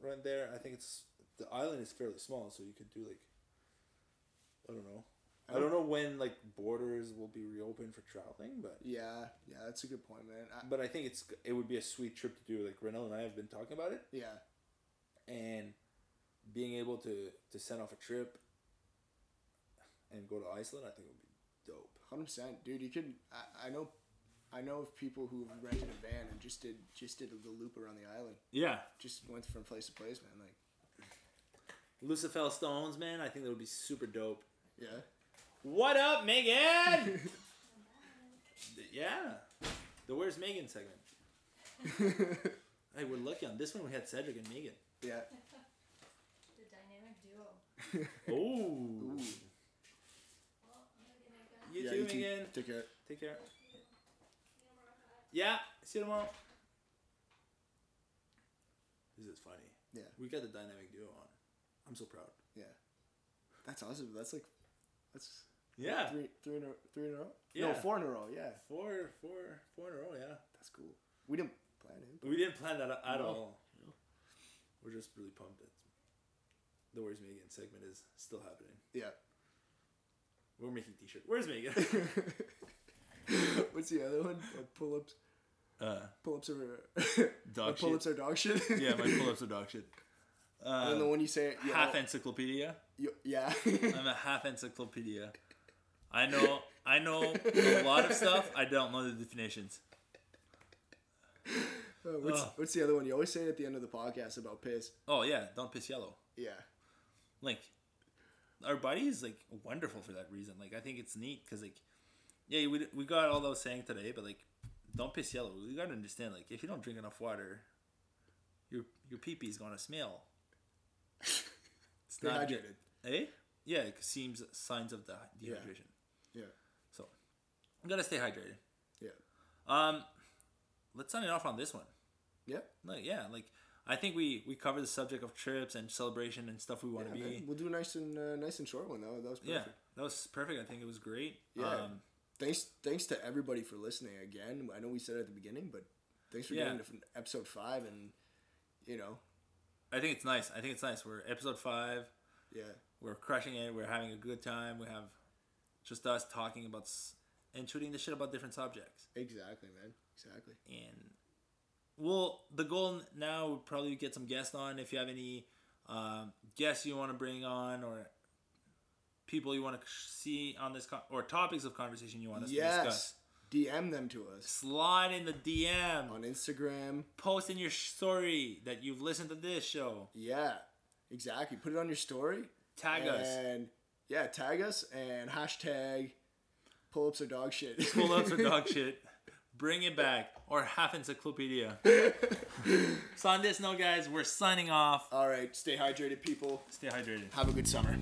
[SPEAKER 5] run there. I think it's the island is fairly small, so you could do like I don't know. I don't know when like borders will be reopened for traveling, but
[SPEAKER 2] Yeah, yeah, that's a good point, man. I,
[SPEAKER 5] but I think it's it would be a sweet trip to do. Like Renell and I have been talking about it,
[SPEAKER 2] yeah,
[SPEAKER 5] and being able to to send off a trip and go to Iceland, I think would be dope.
[SPEAKER 2] hundred percent, dude. You could. I, I know, I know of people who rented a van and just did just did the loop around the island.
[SPEAKER 1] Yeah.
[SPEAKER 2] Just went from place to place, man. Like,
[SPEAKER 5] Lucifel Stones, man, I think that would be super dope.
[SPEAKER 2] yeah,
[SPEAKER 5] What up, Megan? yeah. The Where's Megan segment. Hey, we're lucky on this one. We had Cedric and Megan.
[SPEAKER 2] yeah.
[SPEAKER 6] The dynamic duo.
[SPEAKER 5] Oh.
[SPEAKER 2] Ooh.
[SPEAKER 6] Well, I'm gonna get my gun.
[SPEAKER 5] You
[SPEAKER 2] yeah,
[SPEAKER 5] too,
[SPEAKER 2] you too.
[SPEAKER 5] Megan.
[SPEAKER 2] Take care.
[SPEAKER 5] Take care.
[SPEAKER 6] You know, we're not-
[SPEAKER 5] Yeah. See you tomorrow. This is funny.
[SPEAKER 2] Yeah.
[SPEAKER 5] We got the dynamic duo on. I'm so proud.
[SPEAKER 2] Yeah, that's awesome. That's like, that's
[SPEAKER 5] Yeah.
[SPEAKER 2] three three in a three in a row. No,
[SPEAKER 5] Yeah.
[SPEAKER 2] four in a row. Yeah,
[SPEAKER 5] Four, four, four in a row. Yeah.
[SPEAKER 2] that's cool. We didn't plan it.
[SPEAKER 5] We didn't plan that at
[SPEAKER 2] No.
[SPEAKER 5] all. We're just really pumped that the Where's Megan segment is still happening.
[SPEAKER 2] Yeah.
[SPEAKER 5] We're making t-shirt. Where's Megan?
[SPEAKER 2] What's the other one? Uh, pull ups.
[SPEAKER 1] Uh,
[SPEAKER 2] Pull ups are
[SPEAKER 1] dog
[SPEAKER 2] pull ups
[SPEAKER 1] shit.
[SPEAKER 2] are dog shit.
[SPEAKER 1] yeah, my pull ups are dog shit.
[SPEAKER 2] And then the
[SPEAKER 1] Um,
[SPEAKER 2] one you say, yo,
[SPEAKER 1] half encyclopedia.
[SPEAKER 2] yo- yeah. Uh,
[SPEAKER 1] I'm a half encyclopedia. I know. I know a lot of stuff. I don't know the definitions.
[SPEAKER 2] Uh, what's,
[SPEAKER 1] Ugh.
[SPEAKER 2] what's the other one you always say at the end of the podcast about piss?
[SPEAKER 1] Oh yeah, don't piss yellow.
[SPEAKER 2] Yeah.
[SPEAKER 1] like our body is like wonderful for that reason like i think it's neat because like yeah we, we got all those saying today but like don't piss yellow you gotta understand like if you don't drink enough water your your pee pee's gonna smell it's
[SPEAKER 2] Stay
[SPEAKER 1] not
[SPEAKER 2] hydrated.
[SPEAKER 1] good eh yeah it seems signs of the dehydration
[SPEAKER 2] Yeah.
[SPEAKER 1] so you gotta stay hydrated
[SPEAKER 2] Yeah.
[SPEAKER 1] um let's sign it off on this one
[SPEAKER 2] Yeah.
[SPEAKER 1] like yeah like i think we we covered the subject of trips and celebration and stuff we want to
[SPEAKER 2] Yeah,
[SPEAKER 1] be
[SPEAKER 2] man. We'll do a nice and uh, nice and short one though. That was perfect.
[SPEAKER 1] Yeah, that was perfect. I think it was great.
[SPEAKER 2] Yeah.
[SPEAKER 1] Um,
[SPEAKER 2] Thanks thanks to everybody for listening again. I know we said it at the beginning, but thanks for
[SPEAKER 1] Yeah.
[SPEAKER 2] getting to f- episode five and you know,
[SPEAKER 1] I think it's nice. I think it's nice. We're episode five.
[SPEAKER 2] yeah.
[SPEAKER 1] We're crushing it. We're having a good time. We have just us talking about s- and shooting the shit about different subjects.
[SPEAKER 2] Exactly, man. Exactly.
[SPEAKER 1] And well, the goal n- now would probably get some guests on. If you have any um, guests you want to bring on or people you want to see on this con- or topics of conversation you want us to
[SPEAKER 2] yes.
[SPEAKER 1] discuss.
[SPEAKER 2] DM them to us
[SPEAKER 1] Slide in the DM.
[SPEAKER 2] on Instagram.
[SPEAKER 1] Post in your story that you've listened to this show.
[SPEAKER 2] Yeah, exactly. Put it on your story.
[SPEAKER 1] Tag us.
[SPEAKER 2] And yeah, tag us and hashtag pull ups or dog shit.
[SPEAKER 1] Pull ups or dog shit. Bring it back. Or half encyclopedia. so on this note, guys, we're signing off.
[SPEAKER 2] All right, stay hydrated, people.
[SPEAKER 1] Stay hydrated.
[SPEAKER 2] Have a good summer.